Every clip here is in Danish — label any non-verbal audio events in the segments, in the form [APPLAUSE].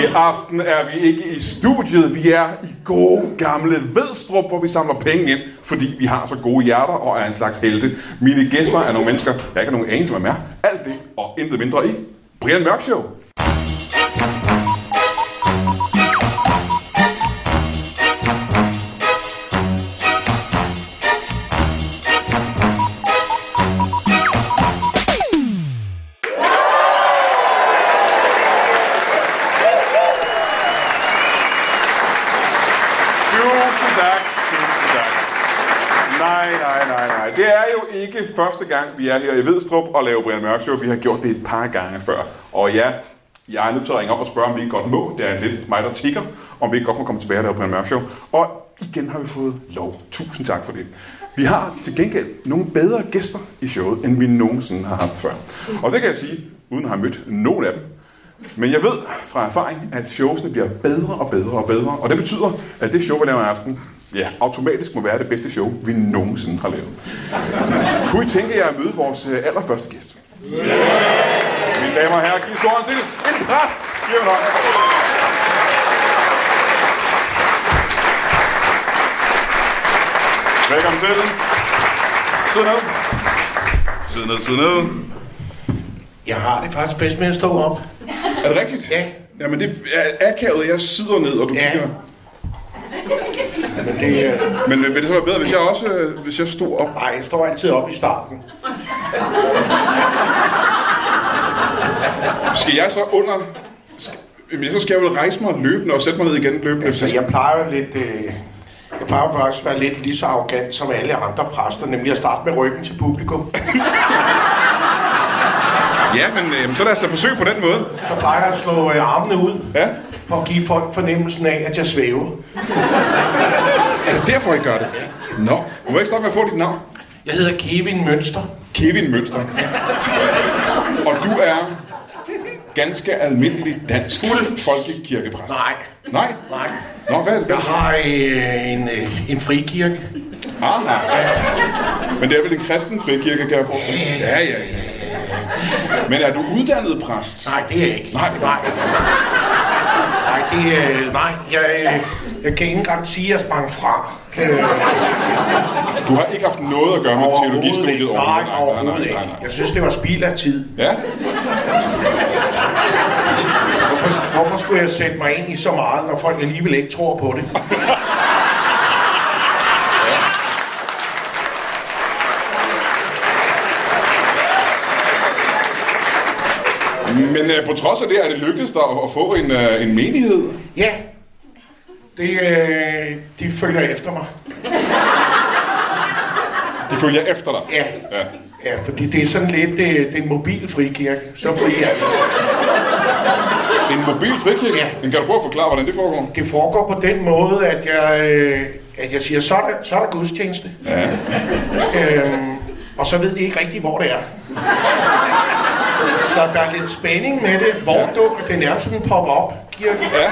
I aften er vi ikke i studiet, vi er i gode gamle Vedstrup, hvor vi samler penge ind, fordi vi har så gode hjerter og er en slags helte. Mine gæster er nogle mennesker, jeg ikke har nogen anelse om, hvem er. Alt det og intet mindre i Brian Mørk Show. Tusind tak, tusind tak. Nej, nej, nej, nej. Det er jo ikke første gang, vi er her i Vedstrup og laver Brian Mørk Show. Vi har gjort det et par gange før. Og ja, jeg er nødt til at ringe op og spørge, om vi ikke godt må. Det er lidt mig, der tigger, om vi ikke godt må komme tilbage og lave Brian Mørk Show. Og igen har vi fået lov. Tusind tak for det. Vi har til gengæld nogle bedre gæster i showet, end vi nogensinde har haft før. Og det kan jeg sige, uden at have mødt nogen af dem. Men jeg ved fra erfaring, at showsene bliver bedre og bedre og bedre, og det betyder, at det show, vi laver i aften, ja, automatisk må være det bedste show, vi nogensinde har lavet. Kunne I tænke jer at møde vores øh, allerførste gæst? Yeah! Mine damer og herrer, giv stor hånd til en præst! Giv ham en hånd. Velkommen til. Sid ned. Sid ned, sid ned. Jeg har det faktisk bedst med at stå op. Er det rigtigt? Ja. Jamen det er akavet, jeg sidder ned, og du Ja. kigger. Men det, øh, Men vil det så være bedre, hvis jeg også øh, hvis jeg stod op? nej, jeg står altid op i starten. Skal jeg så under... Skal, jamen, så skal jeg vel rejse mig løbende og sætte mig ned igen løbende. Så Altså, jeg plejer jo lidt... Øh, jeg plejer faktisk at være lidt lige så arrogant som alle andre præster, nemlig at starte med ryggen til publikum. Ja, men øh, så lad os da forsøge på den måde. Så plejer jeg at slå øh, armene ud Ja, for at give folk fornemmelsen af, at jeg svæver. er det derfor, I gør det? Nå, må jeg ikke starte med at få dit navn? Jeg hedder Kevin Mønster. Kevin Mønster. Og du er ganske almindelig dansk folkekirkepræst. Nej. Nej? Nej. Nå, hvad er det? Jeg har øh, en, øh, en frikirke. Aha. Ah, Men det er vel en kristen frikirke, kan jeg forestille mig? Ja, ja, ja. Men er du uddannet præst? Nej, det er jeg ikke. Nej. nej. Nej, det, øh, nej jeg, øh, jeg kan ikke engang sige, at jeg sprang fra. Øh, Du har ikke haft noget at gøre med Overhovedet teologistudiet ikke. overhovedet? Nej, overhovedet ikke. Jeg synes, det var spild af tid. Ja, Hvorfor, hvorfor skulle jeg sætte mig ind i så meget, når folk alligevel ikke tror på det? men øh, på trods af det, er det lykkedes dig at, at få en, øh, en menighed? Ja, det, øh, de følger efter mig. De følger efter dig? Ja. ja. Ja, fordi det er sådan lidt, øh, det er en mobil frikirke. Så fri er vi. En mobil frikirke? Ja. Men Kan du prøve at forklare, hvordan det foregår? Det foregår på den måde, at jeg, øh, at jeg siger, så er der, så er der gudstjeneste. Ja. Øhm, og så ved de ikke rigtigt, hvor det er. Så der er lidt spænding med det. Hvor ja. dukker det nærmest sådan en pop-up kirke? ja.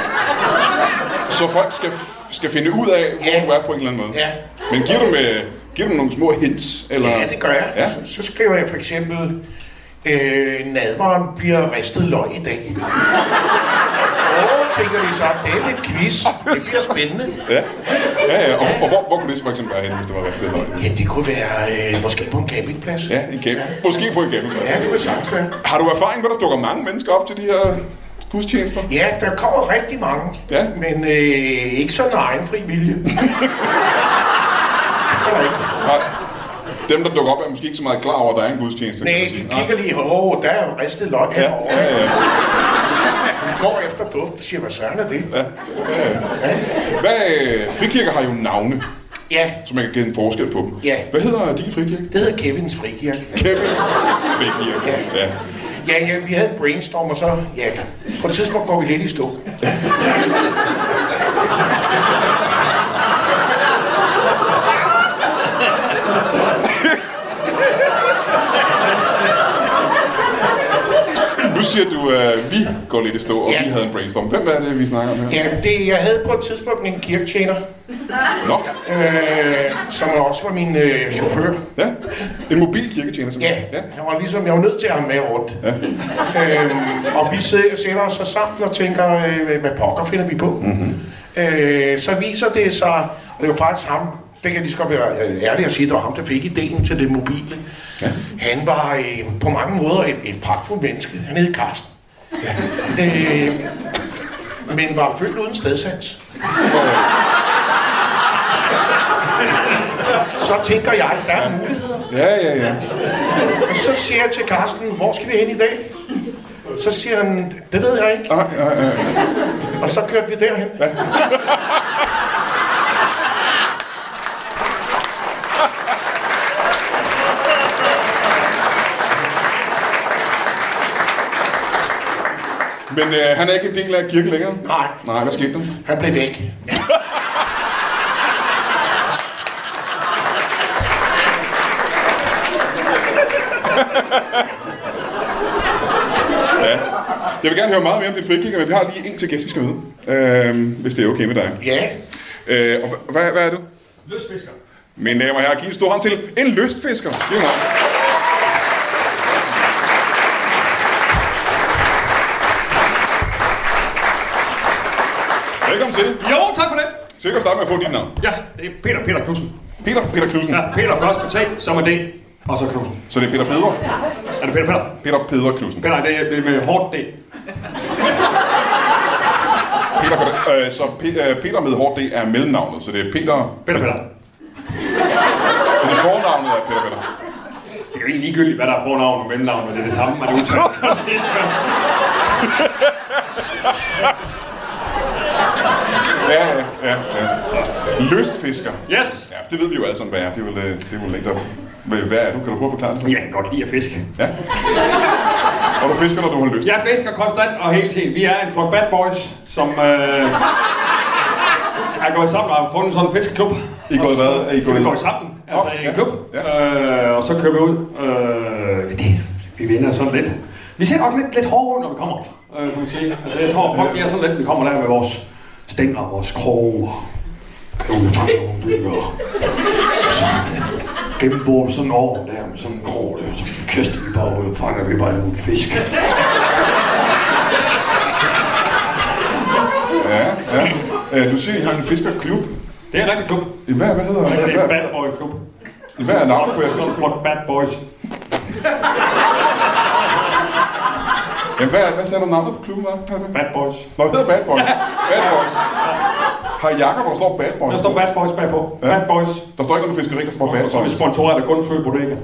Så folk skal, skal finde ud af, hvor Ja. du er på en eller anden måde? Ja. Men giver du, med, giver du nogle små hints? Eller? Ja, det gør jeg. Ja. Ja. Så, så skriver jeg for eksempel, øh, nadvaren bliver ristet løg i dag. Åh, tænker vi så, det er lidt quiz. Det bliver spændende. Ja, ja, ja. Og, og hvor, hvor kunne det så for eksempel være henne, hvis det var rigtig løgn? Ja, det kunne være øh, måske på en campingplads. Ja, en kæmpe. Måske på en kæmpe. ja det kunne sagtens være. Har du erfaring med, at der dukker mange mennesker op til de her gudstjenester? Ja, der kommer rigtig mange, Ja. men øh, ikke sådan af egen fri [LAUGHS] vilje. Nej. Dem, der dukker op, er måske ikke så meget klar over, at der er en gudstjeneste. Nej, kan man de sige. kigger lige, åh, der er jo ristet løg Ja, herovre. ja, ja. De går efter duften og siger, hvad søren er det? Hvad, øh, frikirker har jo navne, Ja, så man kan kende forskel på dem. Ja. Hvad hedder din frikirke? det hedder Kevins frikirke. Kevins frikirke. Ja. Ja, ja, vi havde et brainstorm, og så, ja, på et tidspunkt går vi lidt i stå. Nu siger du, øh, vi går lidt i stå, og Ja. vi havde en brainstorm. Hvem er det, vi snakker om her? Ja, det, jeg havde på et tidspunkt en kirketjener, Nå, øh, som også var min øh, chauffør. ja. En mobil kirketjener, Ja, simpelthen. han var ligesom, jeg var nødt til at have ham med rundt. Øhm, og vi sidder, sætter os så sammen og tænker, øh, hvad pokker finder vi på? Mm-hmm. Øh, så viser det sig, og det var faktisk ham, det kan jeg lige så godt være øh, ærlig at sige, det var ham, der fik ideen til det mobile. Ja. Han var øh, på mange måder et, et pragtfuldt menneske. Han hed Karsten. Ja. Øh, men var født uden stedsans. Så tænker jeg, der er muligheder. Ja, ja, ja. Og så siger jeg til Karsten, hvor skal vi hen i dag? Så siger han, det ved jeg ikke. Nej, nej, nej. Og så kørte vi derhen. Men øh, han er ikke en del af kirken længere? Nej, Nej, hvad skete der? han blev væk. Jeg vil gerne høre meget mere om din frikirke, men vi har lige en til gæst, vi skal møde. Øh, hvis det er okay med dig. Ja, Øh, og hva- hvad, hvad er du? Lystfisker. Mine damer og herrer, giv en stor hånd til en lystfisker. Det er mig. Velkommen til. Jo, Oh, tak for det. Så vi kan starte med at få dit navn. Ja, det er Peter Peter Knudsen. Peter, Peter Knudsen. Ja, Peter først på tag, så med det, og så Knudsen. Så det er Peter Peder. Er det Peter Peter? Peter Peder Knudsen. Peter, det er det er med hårdt D. Peter, øh, så Pe- øh, Peter med hårdt, det er mellemnavnet. Så det er Peter... Peter Peter. Så det er fornavnet er Peter Peter. Det er jo egentlig ligegyldigt, hvad der er fornavn og mellemnavn, men det er det samme, man udtaler. Ja, ja, ja. ja. Lystfisker. yes! Ja, det ved vi jo alle sammen, hvad er. Det er vel, øh, det er vel ikke der... Hvad- Hvad er du? Kan du prøve at forklare det? Jeg kan godt lide at fiske. Og du fisker, når du har lyst. Jeg fisker konstant og hele tiden. Vi er en flok bad boys, som øh, er gået sammen og har fundet sådan en fiskeklub. I er gået hvad? Er I gået- Vi går sammen, altså Nå, i ja, en klub. ja. Øh, og så kører vi ud. Øh, det, vi vinder sådan lidt. Vi ser også lidt, lidt hårde ud, når vi kommer op, øh, kan man sige. Altså jeg tror, folk bliver sådan lidt, vi kommer der med vores stænger, vores kroge. Kan vi fange nogle dyr? Gennembordet sådan over der med sådan en krog der, så kaster vi bare ud, fanger vi bare nogle fisk. Ja, ja. Øh, du siger, I har en fiskerklub. Det er en rigtig klub. I Hvad, hvad hedder Det er hvad, en bad boy klub. hvad er navnet på jeres Sådan fiskerklub? for bad boys. Jamen, hvad, hvad sagde du navnet på klubben var? Hvad er det? Bad boys. Nå, det hedder Bad Boys. Bad Boys. Har I jakker, hvor der står Bad Boys? Der står bad boys bagpå. Bad boys. Der står ikke noget fiskeri, der står Bad Og så er vi Boys. sponsoreret af Gundsø Bodega.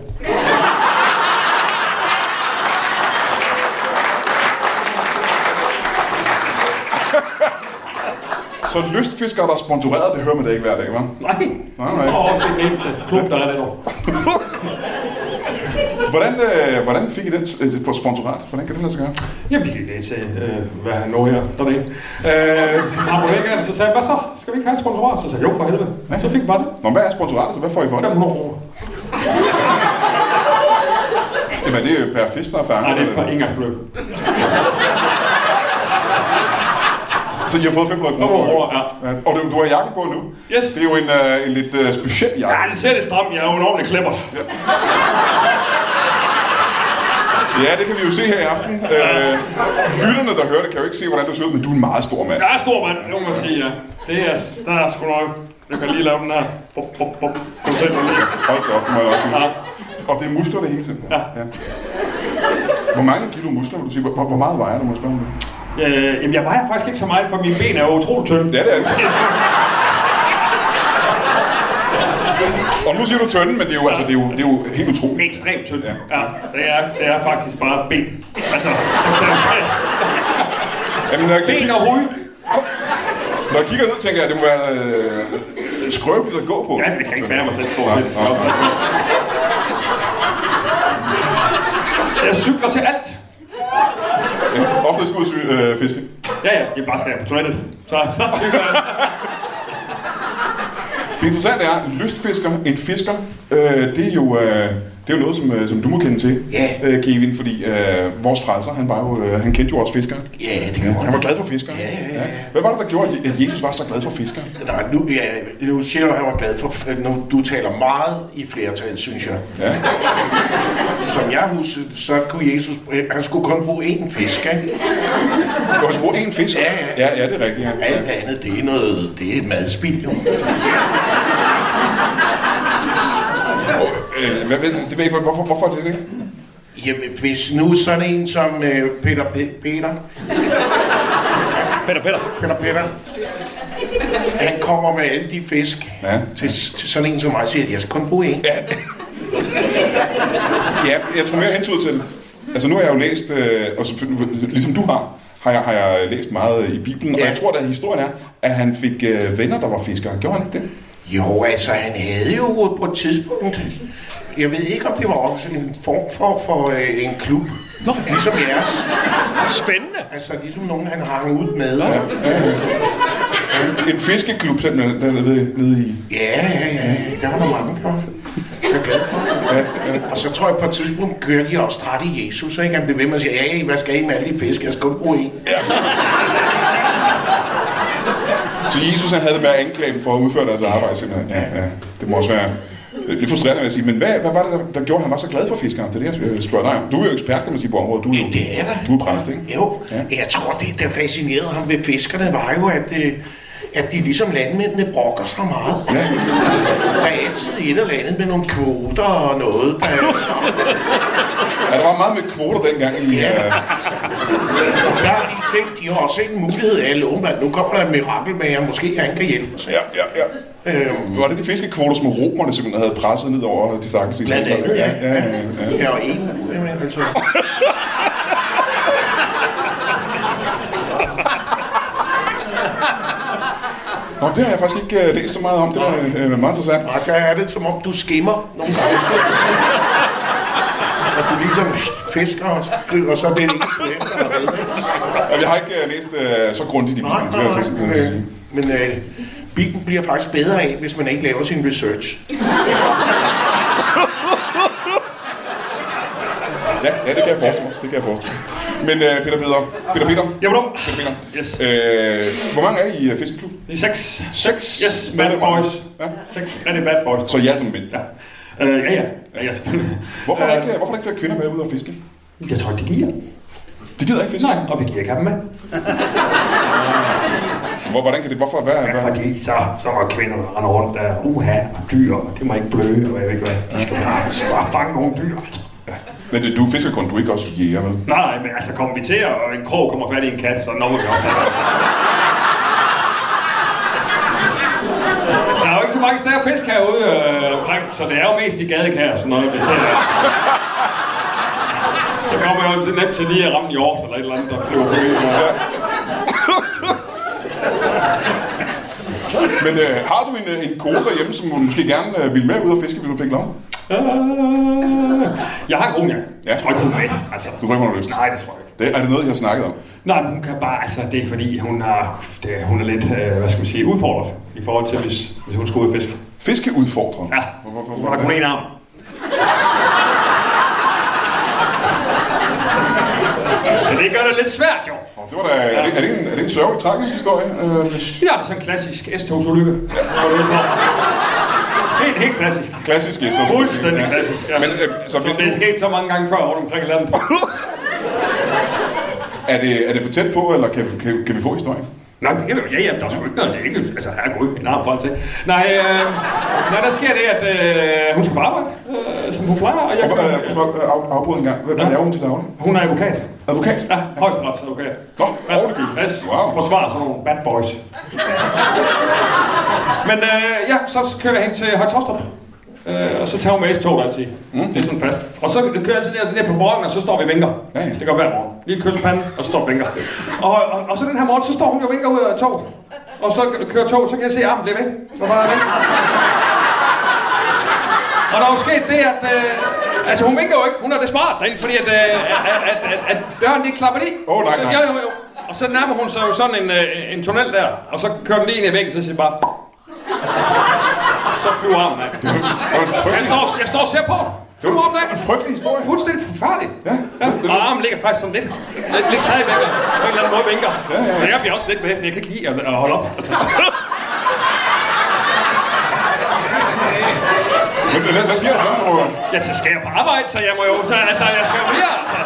Så lystfiskere, der er sponsoreret, det hører man da ikke hver dag, hva'? Nej. Nej, Så nej. er også den eneste klub, der er det år. Hvordan, øh, hvordan fik I den øh, på sponsorat? Hvordan kan det lade sig gøre? Jamen, vi kan læse, øh, hvad han nå her. Der er det ikke. Øh, ham Bodegaen, så sagde jeg, hvad så? Skal vi ikke have et sponsorat? Så sagde jeg, jo for helvede. Så fik vi bare det. Nå, hvad er sponsoratet, så hvad får I for det? 500 kroner. Jamen, er det er jo per fisk, der er fanget. Nej, det er et eller- par engangsbeløb. Så I har fået 500 kroner? 500 kroner, ja. Ja, Og du, du har jakken på nu? Yes. Det er jo en, øh, en lidt øh, speciel jakke. Ja, det ser det stramt. Jeg er jo en ordentlig klipper. Ja, det kan vi jo se her i aften. Øh, lytterne, der hører det, kan jo ikke se, hvordan du ser ud, men du er en meget stor mand. Jeg er stor mand, det må man sige, ja. Det er, der er sgu nok. Jeg kan lige lave den her. Bop, bop, bop. Kom selv, kom lige. Hold da op, må jeg også sige. Ja. Og det er muskler det hele tiden. Ja. ja. Hvor mange kilo muskler vil du sige? Hvor, hvor meget vejer du, må jeg spørge om det? Øh, jamen, jeg vejer faktisk ikke så meget, for mine ben er jo utroligt tynde. Ja, det er det. Og nu siger du tønden, men det er jo, altså, det er jo, det er jo helt utroligt. Ekstremt tynde. Ja. ja det, er, det er faktisk bare ben. Altså, Jamen, når jeg, ben kigger, og hoved. når jeg kigger ned, tænker jeg, at det må være øh, skrøbeligt at gå på. Ja, det kan ikke bære mig selv på. Nej, nej. Jeg cykler til alt. fisk ud sy- øh, fiske. Ja, ja, jeg bare skal på toilettet. Så, så. Det interessante er, lystfisker, en fisker, øh, det, er jo, øh, det er jo noget, som, øh, som du må kende til, Ja. øh, Kevin, fordi øh, vores frelser, han, var jo, øh, han kendte jo også fiskere. Ja, det kan Han var glad for fiskere. Ja, ja, ja. Hvad var det, der gjorde, at at Jesus var så glad for fiskere? Nej, nu, ja, nu siger du, at han var glad for... Nu, du taler meget i flertal, synes jeg. Ja. Som jeg husker, så kunne Jesus... øh, Han skulle kun bruge én fisk, ikke? Du har brugt én fisk. Ja, ja. ja, ja det er rigtigt. Ja. Alt andet, det er noget... Det er et madspild, jo. Øh, hvad, ved, det ved jeg, ikke, hvorfor, hvorfor er det det? Jamen, hvis nu sådan en som øh, Peter Pe- Peter, Peter, Peter. Peter Peter, han kommer med alle de fisk Ja. til, til sådan en som mig, siger, at jeg skal kun bruge en. Ja. Ja, jeg tror mere hentyd til det. Altså nu har jeg jo læst, øh, og selvfølgelig, ligesom du har, har jeg, har jeg læst meget i Bibelen, ja. og Ja. jeg tror, at historien er, at han fik øh, venner, der var fiskere. Gjorde han ikke det? Jo, altså, han havde jo på et tidspunkt, jeg ved ikke, om det var også en form for, for øh, en klub, Nå. ligesom jeres. Spændende. Altså, ligesom nogen, han hang ud med. Ja, Ja, ja, ja. En fiskeklub simpelthen, der er nede, nede i. ja, ja. ja. Der var der mange, der var. Jeg er glad for. Og så tror jeg, på et tidspunkt kører de også træt i Jesus, ikke? Han bliver ved med at sige, hey, hvad skal I med alle de fisk? Jeg skal kun bruge en. Så Jesus han havde det med at anklage dem for at udføre deres arbejde simpelthen. Ja, ja. Det må også være øh, lidt frustrerende, vil jeg sige. Men hvad, hvad var det, der, der gjorde, at han var så glad for fiskere? Det er det, jeg øh, spørger dig om. Du er jo ekspert, kan man sige, på området. Du er jo, Ja, det er jeg da. Du er præst, ikke? Jo, Ja. ja. jeg tror, det der fascinerede ham ved fiskerne, var jo, at, øh, at de ligesom landmændene brokker sig meget. Ja. Der er altid et eller andet med nogle kvoter og noget. Der, Ja, der var meget med kvoter dengang. I, Ja. øh, der er de ting, de har også ikke en mulighed af at love, at nu kommer der et mirakel med, at måske han kan hjælpe os. ja, ja, ja. Øhm, Var det de fiskekvoter, som romerne simpelthen havde presset ned over de stakkels Blandt andet, ja. ja, ja, ja. ja, og EU, jamen, altså. Nå, det har jeg faktisk ikke øh, læst så meget om. Det var øh, meget interessant. Og der er det, som om du skimmer nogle gange. At du ligesom fisker og skriver, og så er det det eneste, der er med, ikke? Og Jeg har ikke øh, læst øh, så grundigt i Nej, Bibelen, vil nej, jeg så- nej. vil jeg sige. Men, men øh, Bibelen bliver faktisk bedre af, hvis man ikke laver sin research. Ja, ja, det kan jeg forestille mig. Det kan jeg forestille mig. Men øh, Peter Peter, Peter Peter, Jamen om. Peter Peter. Yes. Øh, hvor mange er I i øh, fiskeklub? Det er seks. Seks Yes, bad medlemmer. boys. Ja. Seks rigtig bad boys. Så jeg som mænd. Ja. Øh, ja, ja. Ja, ja, selvfølgelig. Hvorfor er der Øh, ikke, hvorfor er der ikke flere kvinder med ud at fiske? Jeg tror ikke, det giver. De gider ikke fiske. Nej, og vi giver ikke have dem med. Hvor, hvordan kan det? Hvorfor? Hvad, Ja, hvad? fordi så, så var kvinder, der render rundt der, uha, og dyr, og det må ikke bløde, og jeg ved ikke hvad. De skal bare, skal bare fange nogle dyr, altså. Men øh, du fisker kun, du er ikke også jæger, vel? Nej, nej, men altså kommer vi til, og en krog kommer fat i en kat, så når vi op der. Der er jo ikke så mange større fisk herude øh, omkring, så det er jo mest i gadekær og sådan noget, vi ser. Så kommer jeg jo til nemt til lige at ramme en hjort eller et eller andet, der flyver forbi. Ja. Men øh, har du en, øh, en kone derhjemme, som måske gerne øh, ville med ud at fiske, hvis hun fik lov? Øh, Jeg har en kone, ja. Jeg tror ikke, hun er med. Altså, Du tror ikke, hun har lyst? Nej, det tror jeg ikke. Det, er det noget, jeg har snakket om? Nej, men hun kan bare, altså det er fordi, hun er, det, hun er lidt, øh, hvad skal man sige, udfordret i forhold til, hvis, hvis hun skulle ud og fiske. Fiskeudfordrer. Ja, Hvorfor? hun har kun én arm. Så det gør det lidt svært, jo. Det var da, er, det, er, det en, er det en sørgelig, tragisk historie? Øh, Ja, det er sådan en klassisk S-togsulykke. Det er en helt klassisk. klassisk gæster. Fuldstændig klassisk, ja. Men øh, så Som hvis det er du, sket så mange gange før rundt omkring i landet. er, det, er det for tæt på, eller kan, vi- kan, kan vi få historien? Nej, det kan vi jo. Ja, ja, men der er sgu ikke noget. Det er ikke, altså, her går en arm folk til. Nej, øh, nej, der sker det, at øh, hun skal på arbejde, øh, som hun plejer, og jeg Hvorfor øh, kommer. må jeg af, afbryde en gang? Hvad, hvad Ja. laver hun til daglig? Hun er advokat. Advokat? Ja, højesteretsadvokat. Nå, Ja, ordentligt. yes, Wow. forsvarer sådan nogle bad boys. Men øh, ja, så kører jeg hen til Højtostrup. Øh, og så tager hun med S-toget altid. Mm. Det er sådan fast. Og så kører jeg altid ned, ned på morgenen, og så står vi og vinker. Ja, ja. Det går hver morgen. Lille kys på panden, og så står vi og vinker. Og, og, og, så den her morgen, så står hun jo og vinker ud af toget. Og så kører toget, så kan jeg se armen blive ved. Så bare væk. Og der er jo sket det, at, øh, Altså, hun vinker jo ikke. Hun er det smart derinde, fordi at, øh, at, at, at, at døren lige klapper i. Åh, nej, nej. Jo, jo, jo. Og så nærmer hun sig jo sådan en, øh, en tunnel der, og så kører den lige ind i væggen, så siger det bare... Så flyver armen af. Det var en Jeg frygtelig, står, jeg står og ser på. Flyver armen af. en frygtelig historie. Fuldstændig forfærdelig. Ja, ja. Og armen ligger faktisk sådan lidt, lidt, lidt stadigvæk, og på en eller anden måde vinker. Ja, ja. Jeg bliver også lidt med, for jeg kan ikke lide at, at holde op. Altså, Men hvad, hvad sker der så, Roger? Ja, så skal jeg på arbejde, så jeg må jo... Så, altså, jeg skal jo mere, altså.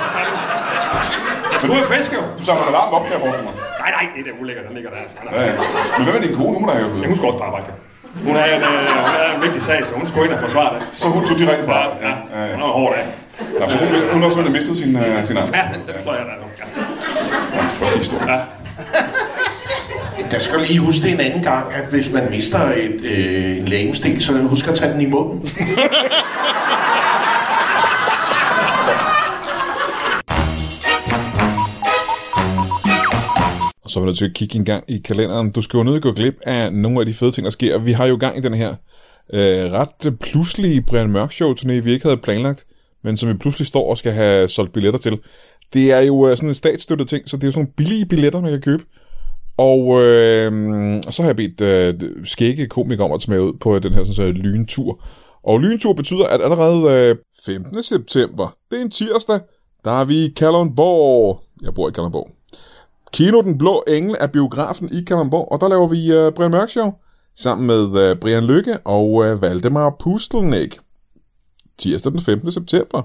Jeg skal ud og fiske, jo. Du samler en alarm op, kan jeg forestille mig. Nej, nej, det er ulækkert, den ligger der. Nej, Ja, nej. ja. Men hvad med din kone? Hun er jo Men hun skal også på arbejde. Hun havde, en, øh, hun havde en vigtig sag, så hun skulle ind og forsvare det. Så hun tog direkte på Ja, arbejde. ja. ja, ja. Hun er en hård dag. Nå, så hun, hun har simpelthen mistet sin, uh, sin arm. Ja, den, den fløj jeg der nu. Ja. Det var en frygtelig historie. Der skal lige huske det en anden gang, at hvis man mister et, øh, en lægemstil, så husk at tage den i munden. Og så er vi nødt til at kigge en gang i kalenderen. Du skal jo nødt til at gå glip af nogle af de fede ting, der sker. Vi har jo gang i den her øh, ret øh, pludselige Brian Mørk Show turné, vi ikke havde planlagt, men som vi pludselig står og skal have solgt billetter til. Det er jo øh, sådan en statsstøttet ting, så det er jo sådan nogle billige billetter, man kan købe. Og øh, så har jeg bedt øh, skægge komikere om at tage med ud på den her sådan, så, lyntur. Og lyntur betyder, at allerede øh, 15. september, det er en tirsdag, der er vi i Kalundborg. Jeg bor i Kalundborg. Kino Den Blå Engel er biografen i Kalundborg, og der laver vi øh, Brian Mørk Show sammen med øh, Brian Lykke og øh, Valdemar Pustelnik. Tirsdag den 15. september.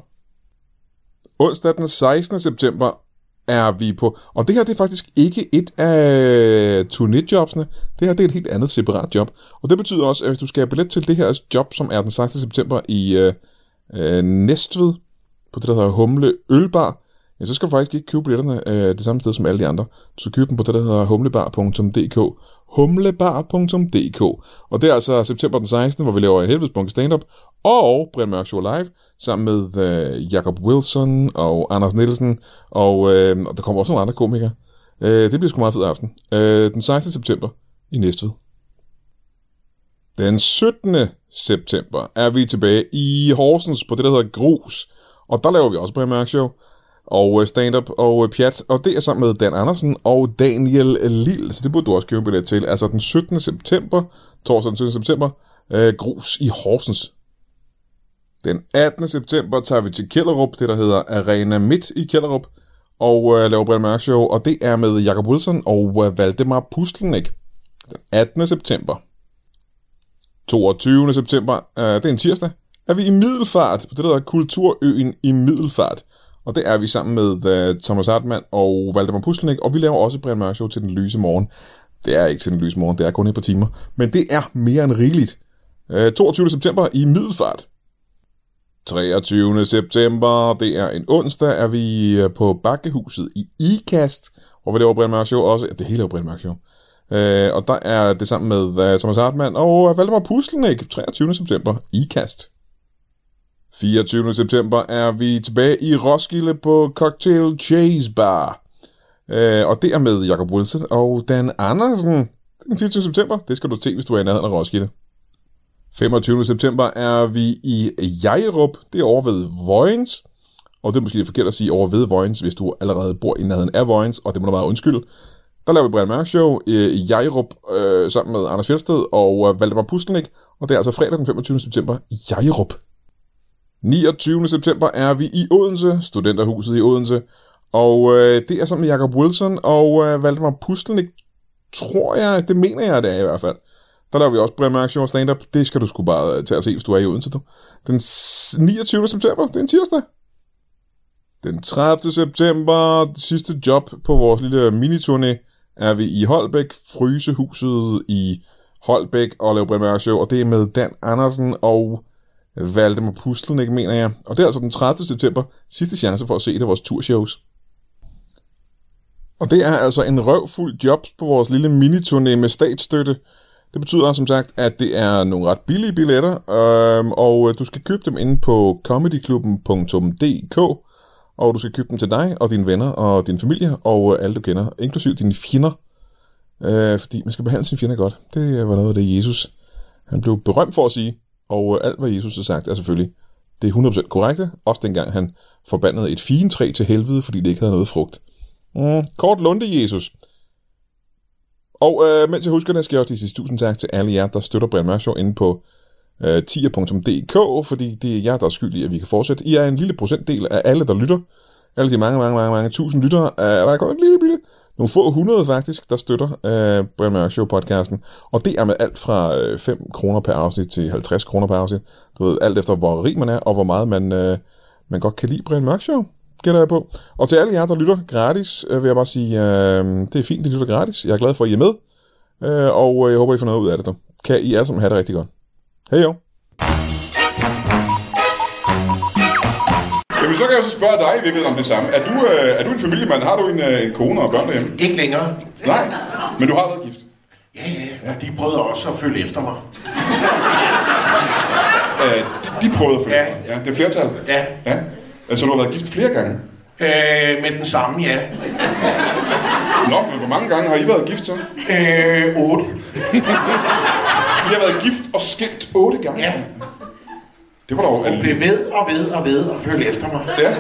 Onsdag den 16. september er vi på... Og det her det er faktisk ikke et af øh, turnéjobsene. Det her det er et helt andet separat job. Og det betyder også, at hvis du skal have billet til det her job, som er den 16. september i øh, øh, Næstved, på det, der hedder Humle Ølbar, ja, så skal du faktisk ikke købe billetterne øh, det samme sted som alle de andre. Du skal købe dem på det, der hedder humlebar.dk. Humlebar.dk. Og det er altså september den 16., hvor vi laver en helvedes bunke stand-up, og Brian Mørk Show Live, sammen med øh, Jacob Wilson og Anders Nielsen, og, øh, og der kommer også nogle andre komikere. Øh, det bliver sgu meget fed aften. Øh, den 16. september i Næstved. Den 17. september er vi tilbage i Horsens på det, der hedder Grus. Og der laver vi også Brian Mørk Show og øh, stand-up og øh, pjat. Og det er sammen med Dan Andersen og Daniel Lille, så det burde du også købe en billet til. Altså den 17. september, torsdag den 17. september, øh, Grus i Horsens. Den 18. september tager vi til Kjellerup, det der hedder Arena Midt i Kjellerup, og øh, laver Brian Mørk Show, og det er med Jakob Wilson og øh, Valdemar Pustelnik. Den 18. september. 22. september, øh, det er en tirsdag, er vi i Middelfart, på det der hedder Kulturøen i Middelfart. Og det er vi sammen med øh, Thomas Hartmann og Valdemar Puslenik, og vi laver også Brian Mørk Show til den lyse morgen. Det er ikke til den lyse morgen, det er kun et par timer, men det er mere end rigeligt. Øh, 22. september i Middelfart. 23. september, det er en onsdag, er vi øh, på Bakkehuset i Ikast, hvor vi laver Brian Mørk Show også. Ja, det hele er jo Brian Mørk Show. Øh, og der er det sammen med øh, Thomas Hartmann og øh, Valdemar Puslenik, 23. september, Ikast. 24. september er vi tilbage i Roskilde på Cocktail Chase Bar. Øh, og det er med Jacob Wilson og Dan Andersen. Det er Den 24. september, det skal du se, hvis du er i nærheden af Roskilde. 25. september er vi i Jejrup, det er over ved Vojens. Og det er måske lidt forkert at sige over ved Vojens, hvis du allerede bor i nærheden af Vojens, og det må du meget undskylde. Der laver vi Brian Mørk Show øh, i Jejrup øh, sammen med Anders Fjeldsted og øh, Valdemar Pustelnik. Og det er altså fredag den 25. september i Jejrup. 29. september er vi i Odense, Studenterhuset i Odense. Og øh, det er sammen med Jakob Wilson og øh, Valdemar Pustelnik, tror jeg, det mener jeg, det er i hvert fald. Der laver vi også Brian Mørk Show og stand-up. Det skal du sgu bare øh, tage og se, hvis du er i Odense. Du. Den s- 29. september, det er en tirsdag. Den 30. september, det sidste job på vores lille miniturné, er vi i Holbæk, Frysehuset i Holbæk og laver Brian Mørk Show, og det er med Dan Andersen og Valdemar Puslenik, mener jeg. Og det er altså den 30. september, sidste chance for at se et af vores turshows. Og det er altså en røvfuld jobs på vores lille miniturné med statsstøtte. Det betyder som sagt, at det er nogle ret billige billetter, øhm, og du skal købe dem inde på comedyklubben.dk. Og du skal købe dem til dig og dine venner og din familie og øh, alle du kender, inklusiv dine fjender. Øh, fordi man skal behandle sine fjender godt. Det øh, var noget af det, Jesus han blev berømt for at sige. Og øh, alt, hvad Jesus har sagt, er selvfølgelig Det er 100% korrekte, også dengang han forbandede et figentræ til helvede, fordi det ikke havde noget frugt. Mm, kort lunde, Jesus. Og øh, mens jeg husker det, skal jeg også lige sige tusind tak til alle jer, der støtter Brian Mørk Show inde på øh, tier.dk, fordi det er jer, der er skyld i, at vi kan fortsætte. I er en lille procentdel af alle, der lytter. Alle de mange, mange, mange, mange tusind lyttere. Øh, der er kun en lille bitte, nogle få hundrede faktisk, der støtter øh, Brian Mørk Show podcasten. Og det er med alt fra øh, 5 kroner per afsnit til 50 kroner per afsnit. Du ved, alt efter hvor rig man er, og hvor meget man, øh, man godt kan lide Brian Mørk Show gætter jeg på. Og til alle jer, der lytter gratis, øh, vil jeg bare sige, øh, det er fint, at I lytter gratis. Jeg er glad for, at I er med, øh, og jeg håber, I får noget ud af det. Du. Kan I alle sammen have det rigtig godt. Hej jo! Jamen, så kan jeg jo så spørge dig i virkeligheden om det samme. Er du, øh, er du en familiemand? Har du en, øh, en kone og børn derhjemme? Ikke længere. Nej, men du har været gift. Ja, ja, ja. De prøvede også at følge efter mig. Øh, de, de prøvede at følge. Ja. ja. Det er flertal. Ja. ja. Øh, Så du har været gift flere gange? Øh, med den samme, ja. Nå, men hvor mange gange har I været gift så? Øh, 8. I har været gift og skilt otte gange. Ja. Det var dog Hun alene. blev ved og ved og ved og følge efter mig. Ja.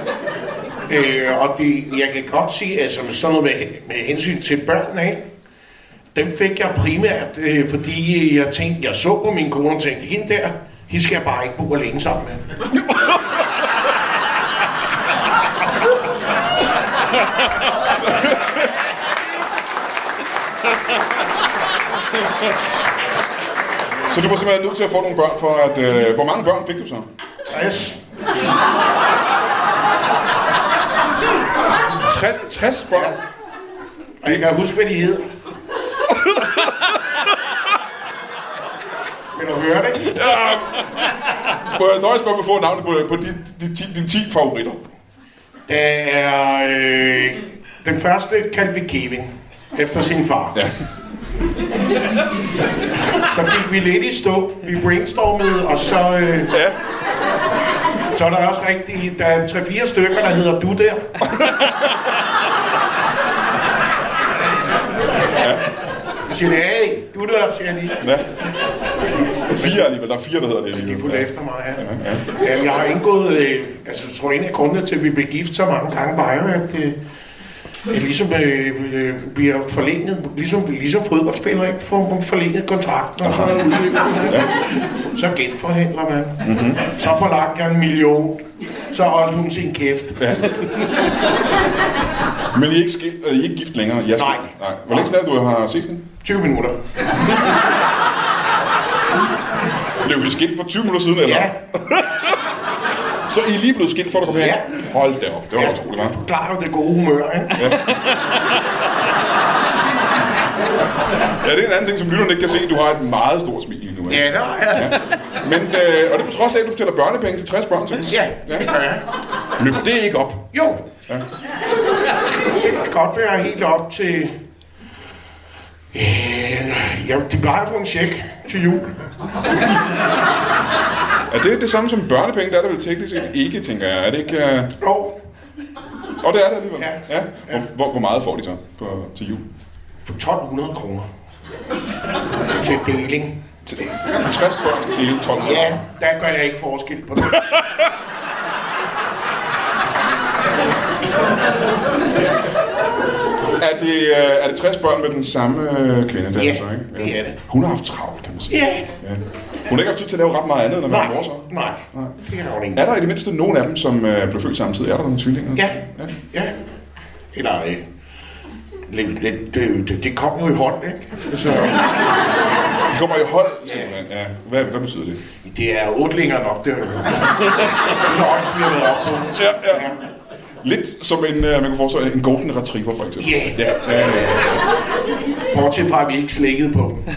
Øh, og det, jeg kan godt sige, altså med sådan noget med, med hensyn til børnene, ikke? dem fik jeg primært, øh, fordi jeg tænkte, jeg så på min kone og tænkte, hende der, hende skal jeg bare ikke bo alene sammen med. Så du var simpelthen nødt til at få nogle børn for at... Øh, hvor mange børn fik du så? 60. 60, 60 børn? Og jeg kan huske, hvad de hed. Vil du høre det? Må jeg nøjes med at få navnet på, på de, de, de, de 10 favoritter? Der er øh, den første kaldte vi Kevin, efter sin far. Ja. Så gik vi lidt i stå, vi brainstormede, og så, øh, Ja. så er der også rigtig, der er 3-4 stykker, der hedder du der. Jeg siger, hey, du der, siger jeg lige. ja. Fire alligevel. Der er fire, der hedder det alligevel. De fulgte efter mig, ja. Jamen, jeg har indgået, øh, altså jeg tror en af grundene til, at vi blev gift så mange gange, var jo, at øh, at ligesom øh, øh, bliver forlænget, ligesom, ligesom fodboldspillere, ikke? Får man forlænget kontrakten, og så, så genforhandler man. Så forlagte jeg en million, så holdt hun sin kæft. Men I er ikke, skilt, øh, I er ikke gift længere? I er Nej. skilt. Nej. Hvor længe snart du har set hende? 20 minutter. Blev I skilt for 20 minutter siden, eller? Ja, Så I er lige blevet skilt, for at komme her? Ja. Hold da op. Det var ja. Ja. utroligt, hva'? klar jo det gode humør, ikke? Ja, det er en anden ting, som lytterne ikke kan se. Du har et meget stort smil lige nu. ikke? Ja, der er ja. [LAUGHS] Men, øh, og det er på trods af, at du betaler børnepenge til 60 børn, så... Ja, det gør jeg. Løber det ikke op? Jo. Ja. Det kan godt være helt op til... Øh, ja, de plejer at få en check til jul. Er det det samme som børnepenge? Der er der vel teknisk set ikke, tænker jeg. Er det ikke... Øh... Og Og det er det alligevel. Ja. ja. Hvor, hvor, hvor, meget får de så på, til jul? for 1200 kroner. Til deling. Til 60 børn skal dele 12 Ja, der gør jeg ikke forskel på det. Er det, øh, er det 60 børn med den samme øh, kvinde, der Ja, er så, ikke? det er det. Hun har haft travlt, kan man sige. Ja. ja. Hun har ikke haft tid til at lave ret meget andet, end at være Nej, mor så. nej. Det kan hun Er ikke. der i det mindste nogen af dem, som øh, blev født samtidig? Er der nogle tvillinger? Ja, ja. Eller øh, lidt, lidt, øh, det, det kom jo i hånd, ikke? Så, De kommer i hold, simpelthen. Ja. Hvad, hvad betyder det? det er otlinger nok, det er jo. Det er også, vi har været op på. Ja, ja. Lidt som en, øh, man kan forestille sig, en golden retriever, for eksempel. Ja. Ja, ja, ja, ja. Bortset fra, at vi ikke slækkede på dem.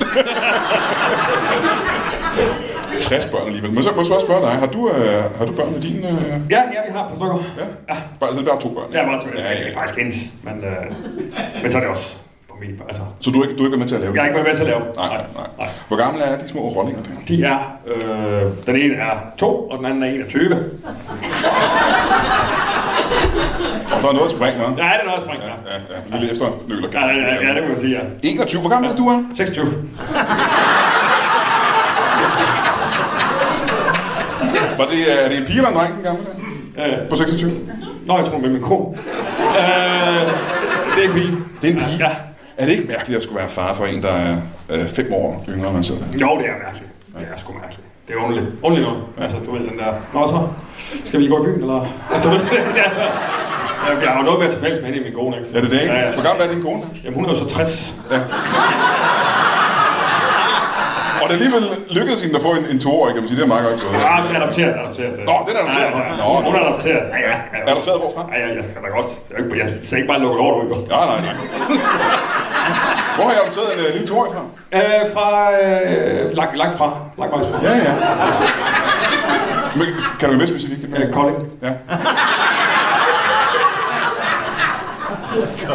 60 børn alligevel. Men så må jeg så også spørge dig, har du, øh, har du børn med din... Øh... Ja, ja, vi har et par stykker. Ja. Bare, altså, det er bare to børn. Det er meget tørt. Ja, Det er ja. faktisk ens, men, øh, men så er det også på min... Altså, Så du har ikke, du har ikke været med til at lave jeg har det? ikke været med til at lave. Nej, nej, nej. Hvor gamle er de små rollinger der? De er, øh, den ene er 2, og den anden er 21. Ja, Og så er noget at springe, hva'? den er også springt. Ja, Ja, ja. Lille efter nøler. ja, ja, ja, det må man sige, ja. 21. Hvor gammel er du, er? 26. Var det, øh, er det en pige eller en dreng, den gamle der? Øh, På 26? Nå, jeg tror med min ko. Øh, det er en pige. Det er en pige. Ja. Er det ikke mærkeligt at skulle være far for en, der er øh, fem år yngre end man selv? er? Jo, det er mærkeligt. Det er sgu mærkeligt. Det er underligt. Underligt noget. Altså, du ved den der... Nå så, skal vi gå i byen, eller? Altså, du ved, [LAUGHS] det er så... Jeg har jo noget med at tage fælles med hende i min kone, ikke? Er det det, ikke? Ja, ja. Hvor gammel er din kone? Jamen, hun er jo så 60. [LAUGHS] Og det alligevel lykkedes hende at få en, en toårig, kan man sige. Det er meget godt gået. Ja, men adopteret, adopteret. Nå, den er adopteret. Ja, ja, Nå, ja. Hun nå. er adopteret. Ja, ja. ja. Adopteret hvorfra? Ja, ja, jeg kan da godt. Jeg, er ikke- jeg sagde ikke bare lukket over, du ikke? Nej, nej, [LAUGHS] nej. Hvor har jeg adopteret en øh, lille toårig fra? Øh, fra... Øh, langt, langt fra. Langt vejs fra. Ja, ja. Men, kan du være mere specifik? Øh, Kolding. Ja.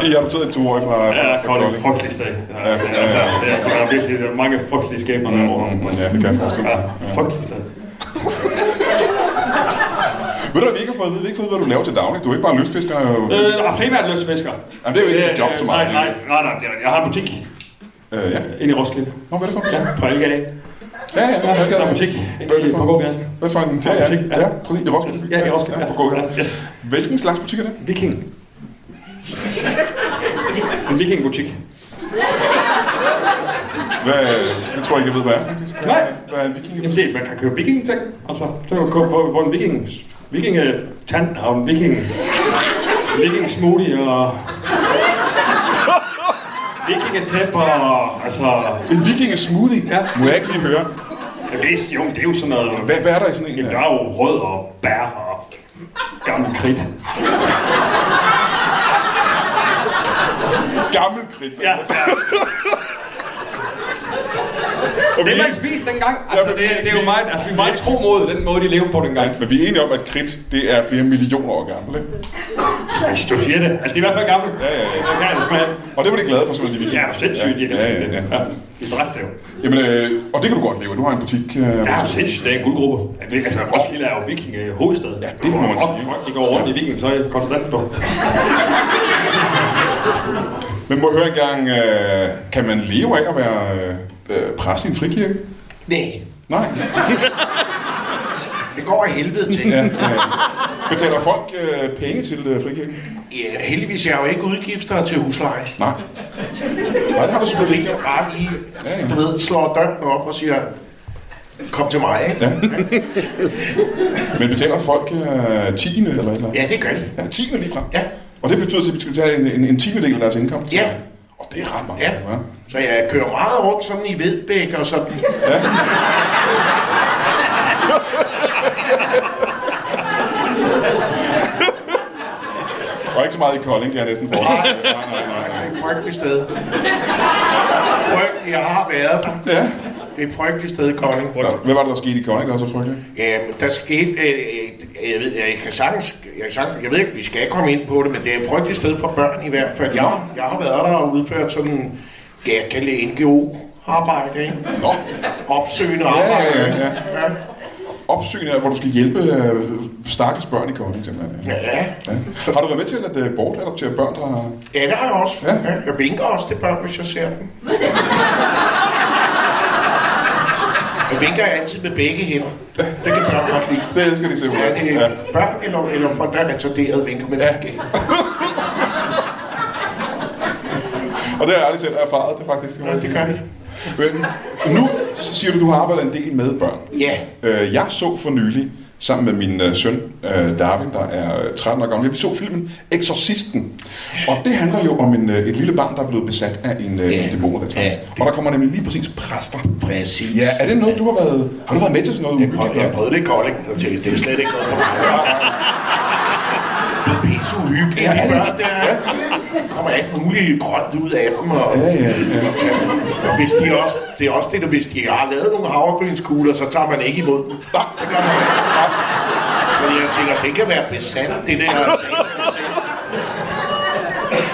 I har adopteret en toårig fra... Ja, fra- fra Kolding. Frygtelig sted. Ja, Ja, ja, altså, ja. det er- der er virkelig der er mange frygtelige skæbner derovre. Mm, Ja, det kan jeg forestille Ja, mig. frygteligt sted. Ved du, hvad vi ikke har fået at vide? Vi har ikke fået, hvad du laver til daglig. Du er ikke bare lystfisker. jo. Øh, og primært løsfisker. Jamen, det er jo ikke et job så meget, Øh, Nej, det er nej, nej, nej, det er rigtigt. Jeg har en butik Øh, ja. inde i Roskilde. Nå, hvad er det for en? Ja, på Algade. Ja, ja, det Der er butik Hvad er det inde i- for på gågaden. Hvad for en? Ja, ja, butik, ja, ja. præcis. I Roskilde. Ja, i Roskilde. Ja, på gågaden. Ja, yes. Hvilken slags butik er det? Viking. En vikingbutik. Hvad, det tror jeg ikke, jeg ved, hvad er. Nej. Hvad er en viking? Jamen det, man kan købe vikingeting. Altså, så kan du købe for, for en viking, vikingetand og en viking, viking smoothie [LAUGHS] og... Vikingetæp og... Altså... En vikingesmoothie? Ja. Må jeg ikke lige høre? Jeg vidste, jo, det er jo sådan noget... Hvad, hvad er der i sådan en? Jamen, her? der er jo rød og bær og gammel kridt. Gammel kridt. Ja, ja. Og vi, Det er man en- spiste dengang, altså, Ja, men det, vi- det, er jo meget, altså, vi er meget tro mod den måde, de levede på dengang. men vi er enige om, at kridt, det er flere millioner år gammel. Ikke? Altså, du siger det. Altså, det er i hvert fald gammelt. Ja, ja, ja. ja. Det smage. Og det var de glade for, selvfølgelig, de Ja, vikinger. er du sindssygt, jeg elsker ja, det. ja, ja. Ja, de dræbte det jo. Jamen, øh, og det kan du godt leve. Du har en butik. Øh, Ja, er du sindssygt, det er en guldgruppe. Ja, det- Altså, Roskilde er jo viking hovedstad. Ja, det må man sige. Folk, de går rundt i vikingetøj konstant. Du. Men må jeg høre engang, øh, kan man leve af at være øh, øh, præst i en frikirke? Nej, Nej. det går af helvede til. Ja. Øh, Betaler folk øh, penge til øh, frikirken? Ja, heldigvis har jeg jo ikke udgifter til husleje. Nej. Nej, det har du selvfølgelig Fordi ikke. jeg bare lige, du ved, slår døren op og siger, kom til mig, ikke? Men betaler folk øh, tiende eller et eller andet? Ja, det gør de. Ja, tiende lige frem. Ja. Og det betyder, at de skal betale en, en, en tiendedel af deres indkomst? Ja. Og det er ret meget. Ja. Så jeg kører meget rundt sådan i Vedbæk og sådan. Og ikke så meget i Kolding, kan jeg næsten forestille mig. Nej, nej, nej, nej. Det er et frygteligt sted. Frygt, jeg har været der. Ja. Det er et frygteligt sted, Kolding. Nå, Hvad var det, der skete i Kolding, der var så frygteligt? Jamen, der skete, øh, øh, jeg ved, jeg kan sagtens, jeg, kan sagtens, jeg ved ikke, vi skal komme ind på det, men det er et frygteligt sted for børn i hvert fald. Jeg, jeg har været der og udført sådan, ja, jeg kan lide NGO-arbejde, ikke? Nå, Opsøgende ja, arbejde. ja, ja. ja. opsyn er, hvor du skal hjælpe øh, stakkels børn i Kolding, simpelthen. Ja. ja. Så har du været med til at øh, bortadoptere børn, der har... Ja, det har jeg også. Ja. Ja. Jeg vinker også til børn, hvis jeg ser dem. Jeg vinker altid med begge hænder. Det kan børn godt lide. Det elsker de Ja, simpelthen. det er børn eller, eller folk, der er retarderet, vinker med begge hænder. Og det har jeg aldrig selv erfaret, det faktisk. Ja, det gør de. Men nu siger du, du har arbejdet en del med børn. Ja. Øh, jeg så for nylig, sammen med min øh, søn øh, Darwin, der er øh, 13 år gammel, vi så filmen Exorcisten. Og det handler jo om en, øh, et lille barn, der er blevet besat af en, øh, Ja. en dæmon. Der Ja. ja. Og der kommer nemlig lige præcis præster. Præcis. Ja, er det noget, du har været... Har du været med til sådan noget? Jeg prøvede, jeg prøvede det i Kolding, og tænkte, det er slet ikke noget for mig. Det er pisse uhyggeligt. Ja, Ja, ja. det er det. Der kommer alt muligt grønt ud af dem, og, Ja, ja, ja. og hvis de også, det er også det, der, hvis de har lavet nogle havregrynskugler, så tager man ikke imod dem. Det gør man ikke. Men jeg tænker, det kan være besat, det der.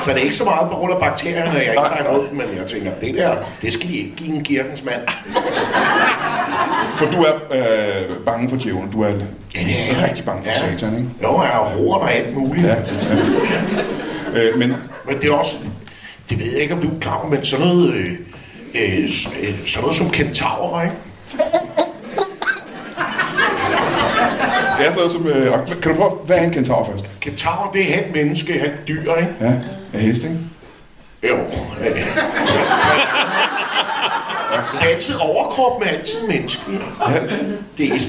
Så det er ikke så meget på grund af bakterierne, at jeg ikke tager imod dem, men jeg tænker, det der, det skal de ikke give en kirkens mand. For du er øh, bange for djævlen. Du er, det er jeg. rigtig bange for Ja. satan, ikke? Jo, jeg har roer og alt muligt. Ja. Øh, men Men det er også, det ved jeg ikke, om du er klar over, men sådan noget, øh, øh, s- øh, sådan noget som kentaurer, ikke? Jeg sad som... Øh, og- kan du prøve, hvad er en kentaur først? Kentaur, det er halvt menneske, halvt dyr, ikke? Ja, en hest, ikke? Jo. øh. Det er altid overkrop med altid menneske. Det er... Det er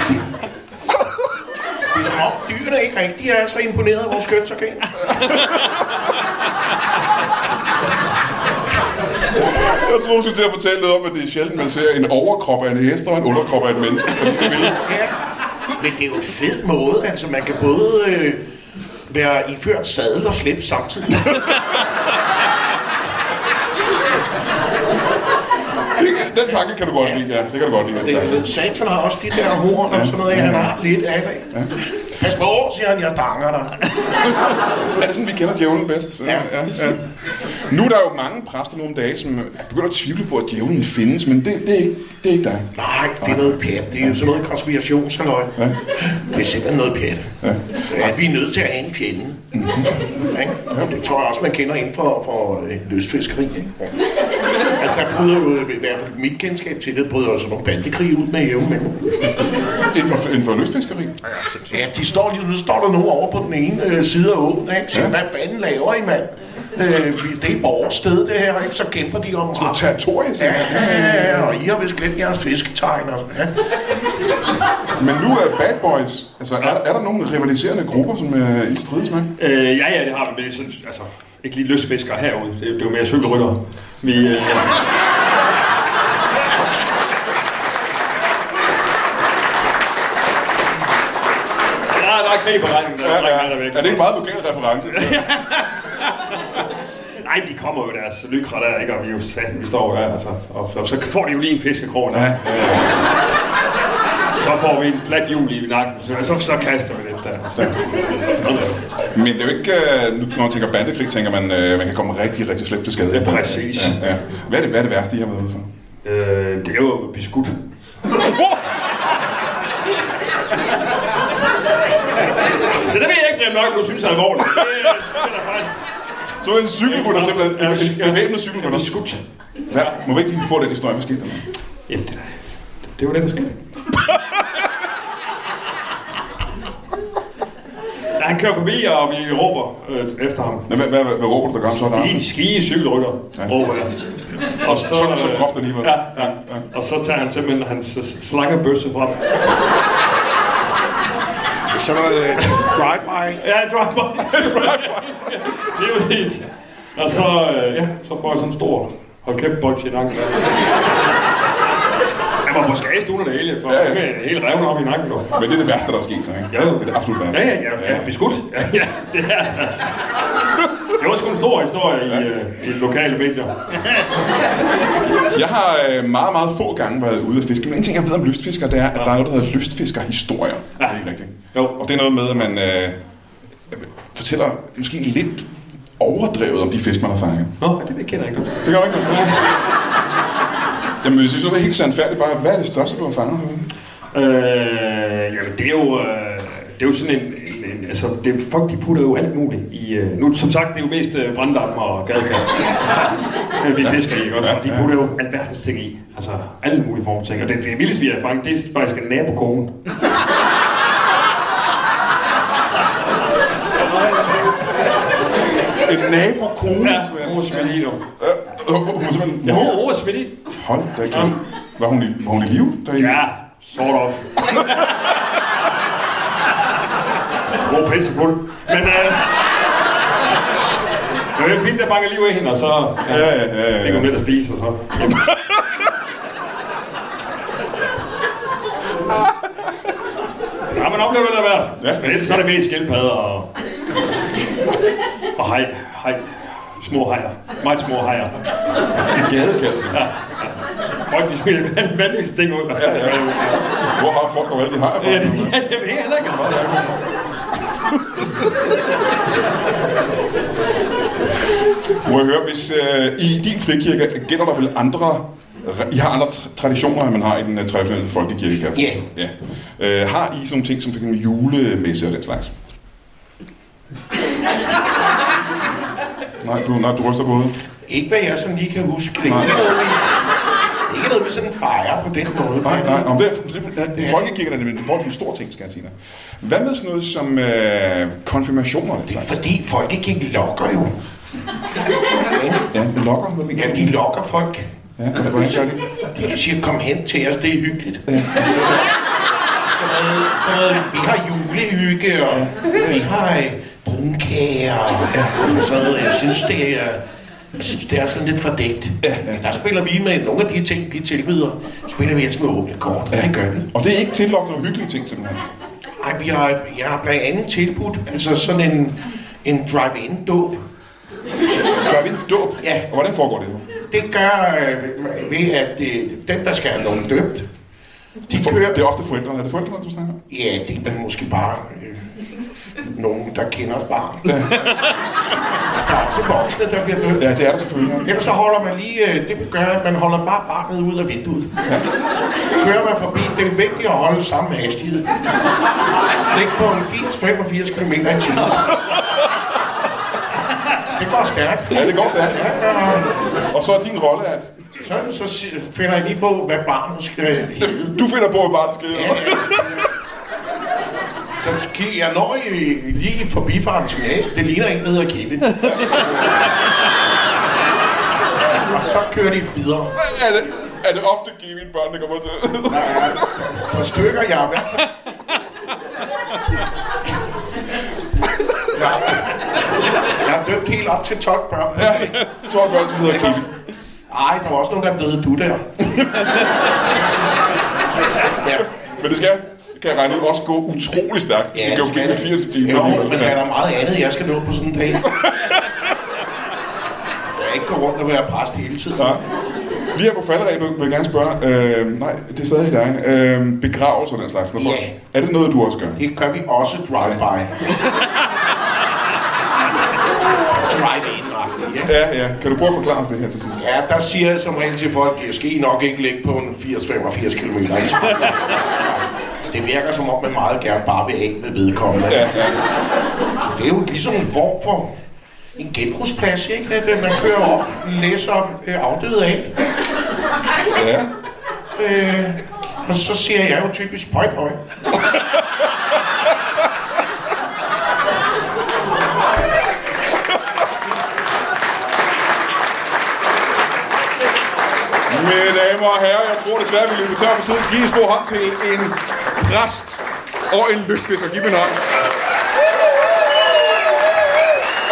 sådan... Det er som om dyrene ikke rigtig er så imponeret af vores kønsorgan. Jeg tror, du skulle til at fortælle noget om, at det er sjældent, man ser en overkrop af en hest og en underkrop af et menneske. på det billede. Ja. Men det er jo en fed måde, altså man kan både øh, være iført sadel og slips samtidig. Det- Den tanke kan du godt lide, ja. Det kan du godt lide. den Det, tanke. jeg ved, satan har også de der horn og sådan noget, han har lidt af. ikke? Pas på, siger han, jeg danger dig. Er det sådan, vi kender djævlen bedst? Ja. ja. Nu er der jo mange præster nogle dage, som er begyndt at tvivle på, at djævlen findes, men det, det, er, ikke, det er ikke dig. Nej, det er noget pjat. Det er jo sådan noget konspirationshalløj. Det er simpelthen noget pjat. At vi er nødt til at have en fjende. Ikke? Og Det tror jeg også, man kender inden for, for øh, løsfiskeri. Ikke? At der bryder jo, øh, i hvert fald mit kendskab til det, bryder jo sådan nogle bandekrig ud med jævn Inden for, inden for lystfiskeri. Ja, de står lige nu står der nogen over på den ene øh, side af åen, ikke? Så Ja. hvad fanden laver I, mand? Øh, vi- det er vores sted, det her, ikke? Så kæmper de om Og territorie, siger jeg. Ja, ja, ja, og I har vist glemt jeres fisketegn og sådan, ja. Men nu er Bad Boys, altså er, er der nogle rivaliserende grupper, som øh, I strides med? Øh, ja, ja, det har vi, men det er sådan, altså, ikke lige løsfiskere herude. Det, det er jo mere cykelryttere. Vi, øh, ja. Der, er- der er krig på regnen, der er der væk. Er det ikke meget lokal reference? Nej, de kommer jo deres lykre der, ikke? Og vi er jo sat, vi står jo her, altså. Og, og, så får de jo lige en fiskekrog der. Ja. Ja. Så får vi en flat hjul i nakken, så, så, så kaster vi lidt der. Så. Men det er jo ikke, øh, nu- når man tænker bandekrig, tænker man, øh, man kan komme rigtig, rigtig slemt til skade. Ja, præcis. Ja, ja. Hvad, er det, hvad er det værste, I har været ude for? Øh, det er jo beskudt. [LAUGHS] så det vil jeg ikke, Brian Mørk, du synes er alvorligt. Det er, det er faktisk... Så en cykelrytter simpelthen, en, en, en bevæbnet Jeg cykelrytter. blev skudt. Hvad, må vi ikke lige få den historie, hvad skete der? Jamen, det, det var det, der skete. Da han kører forbi, og vi råber øh, efter ham. Hvad, hvad, hvad, hvad råber du, der gør ham så? Lars? Din skige cykelrytter, råber jeg. Og så, Sådan så groft alligevel. Ja, ja, ja. Og så tager han simpelthen hans øh, slangebøsse frem. Så er øh, der drive-by. Ja, driver. [LAUGHS] Lige præcis. Og så, øh, ja, så får jeg sådan en stor hold kæft bolsje i nakken. Jeg var på skadestuen af det hele, for Ja, ja. ja, ja. hele revne op i nakken. Du. Men det er det værste, der er sket så, ikke? Ja, jo. Det er det absolut værste. Ja, ja, ja, ja. Beskudt. [LAUGHS] Ja, ja, det er. Det var sgu en stor historie i, øh, i lokale medier. Jeg har øh, meget, meget få gange været ude at fiske, men en ting, jeg ved om lystfisker, det er, at der er noget, der hedder lystfiskerhistorier. Ja. Det er ikke rigtigt. Jo. Og det er noget med, at man øh, fortæller måske lidt overdrevet om de fisk, man har fanget. Nå, det kender jeg ikke. Det gør du ikke noget. Jamen, hvis I synes, det er helt sandfærdigt, bare, hvad er det største, du har fanget? Øh, jamen, det er jo... Øh, det er jo sådan en, en, en altså, det, folk de putter jo alt muligt i, øh, nu som sagt, det er jo mest øh, branddam og gadekær, [LAUGHS] men vi fisker i, ikke også, og de putter jo alverdens ting i, altså alle mulige former for ting, og det, det vildeste, vi har fanget, det er faktisk en nabokone. En nabokone? Ja, Ove Smelino. Øh, øh, hun var simpelthen... Ja, Ove Ove Smelino. Hold da kæft. Var hun i, var hun i live? derinde? Ja, sort of. [LAUGHS] Hun er pisse fuld. Men øh, det var jo fint, der banker lige ud af hende, og så Ja, ja, ja. ja, fik hun ja. lidt at spise, og så... Ja, man oplever det der værd. Ja. Ja. Men ellers så er det mest skildpadder og... Og hej, hej. Små hejer. Meget små hejer. Gadekær, altså. Folk, de smiler alle [LAUGHS] vanvittige ting ud. Ja, ja, ja. Hvor har folk dog alle de hajer fra? Ja, det, ja, det ved jeg heller ikke. Må jeg høre, hvis øh, i din frikirke gælder der vel andre... I har andre tra- traditioner, end man har i den uh, traditionelle folkekirke, kan jeg forestille mig. Ja. Øh, har I sådan nogle ting, som f.eks. julemesse og den slags? nej, du, nej, du ryster på hovedet. Ikke hvad jeg sådan lige kan huske. Ikke noget, vi, ikke noget med sådan en fejre på den måde. Nej, nej, om det, det, folkekirken er nemlig en forholdsvis stor ting, skal jeg sige dig. Hvad med sådan noget som øh, konfirmationerne? Det er fordi folkekirken lokker jo. Ja, det lokker med min Ja, de lokker folk. Ja, hvordan gør de? De siger, kom hen til os, det er hyggeligt. Så, så, noget- så, noget, vi har julehygge, og vi har øh, brunkager, og, og sådan noget. Jeg synes, det er, jeg synes, det er sådan lidt fordækt. Men Der spiller vi med nogle af de ting, de tilbyder, spiller vi altså med åbne kort, og det gør vi. Og det er ikke tillokkende og hyggelige ting, simpelthen. Ej, vi har, jeg har blandt andet tilbudt, altså sådan en, en drive-in-dåb. Gør vi en dåb? Ja. Og hvordan foregår det nu? Det gør øh, ved, at øh, dem, der skal have nogen døbt, de For, kører... det er ofte forældrene. Er det forældrene, du snakker om? Ja, det er måske bare øh, nogen, der kender et barn. der er også voksne, der bliver døbt. Ja, det er der selvfølgelig. ja. Ellers så holder man lige, øh, det gør, at man holder bare barnet ud af vinduet. Kører man forbi, det er vigtigt at holde samme hastighed. Læg på en 80-85 km i timen. Det går stærkt. Ja, det går stærkt. Og så er din rolle, at Sådan, så si- finder jeg lige på, hvad barnet skal hedde. du finder på, at bare skal... Så sker jeg når I, lige forbi farens knæ. Det ligner en, der hedder Kevin. [LAUGHS] og så kører de videre. Er det, er det ofte Kevin børn, der kommer til? Og stykker jeg med. Ja. Jeg har dømt helt op til 12 børn. Jeg tror, at børn, som hedder Kevin. Ej, der var også nogen, der blev du der. Ja. Men det skal, kan jeg regne ud, også gå utrolig stærkt. Ja, det kan jo blive med 80 timer. Jo, alligevel. men der er der meget andet, jeg skal nå på [LAUGHS] sådan en dag. Jeg ikke gå rundt og være præst hele tiden. Ja. Lige her på falderæbet vil jeg gerne spørge, øh, nej, det er stadig dig, øh, begravelser og den slags. Når folk, Ja. Er det noget, du også gør? Det gør vi også drive-by. Drive-in, ja. Ja, ja. Kan du prøve at forklare os det her til sidst? Ja, der siger jeg som regel til folk, at skal I nok ikke ligge på en 80-85 km. [LAUGHS] Det virker som om, man meget gerne bare vil af med vedkommende. Ja, ja. Så det er jo ligesom en form for en genbrugsplads, ikke? At øh, man kører op, læser øh, afdøde af. ja. Øh, og så siger jeg jo typisk pøj pøj. Mine damer og herrer, jeg tror desværre, vi løber tør for siden. Giv en stor hånd til en præst og en lystfisker. Giv mig en hånd.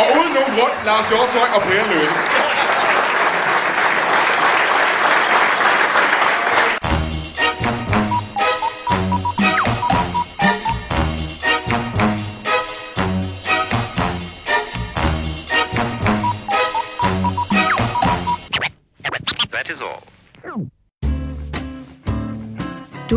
Og uden nogen grund, Lars Hjortøj og Brian Løbe. That is all. Du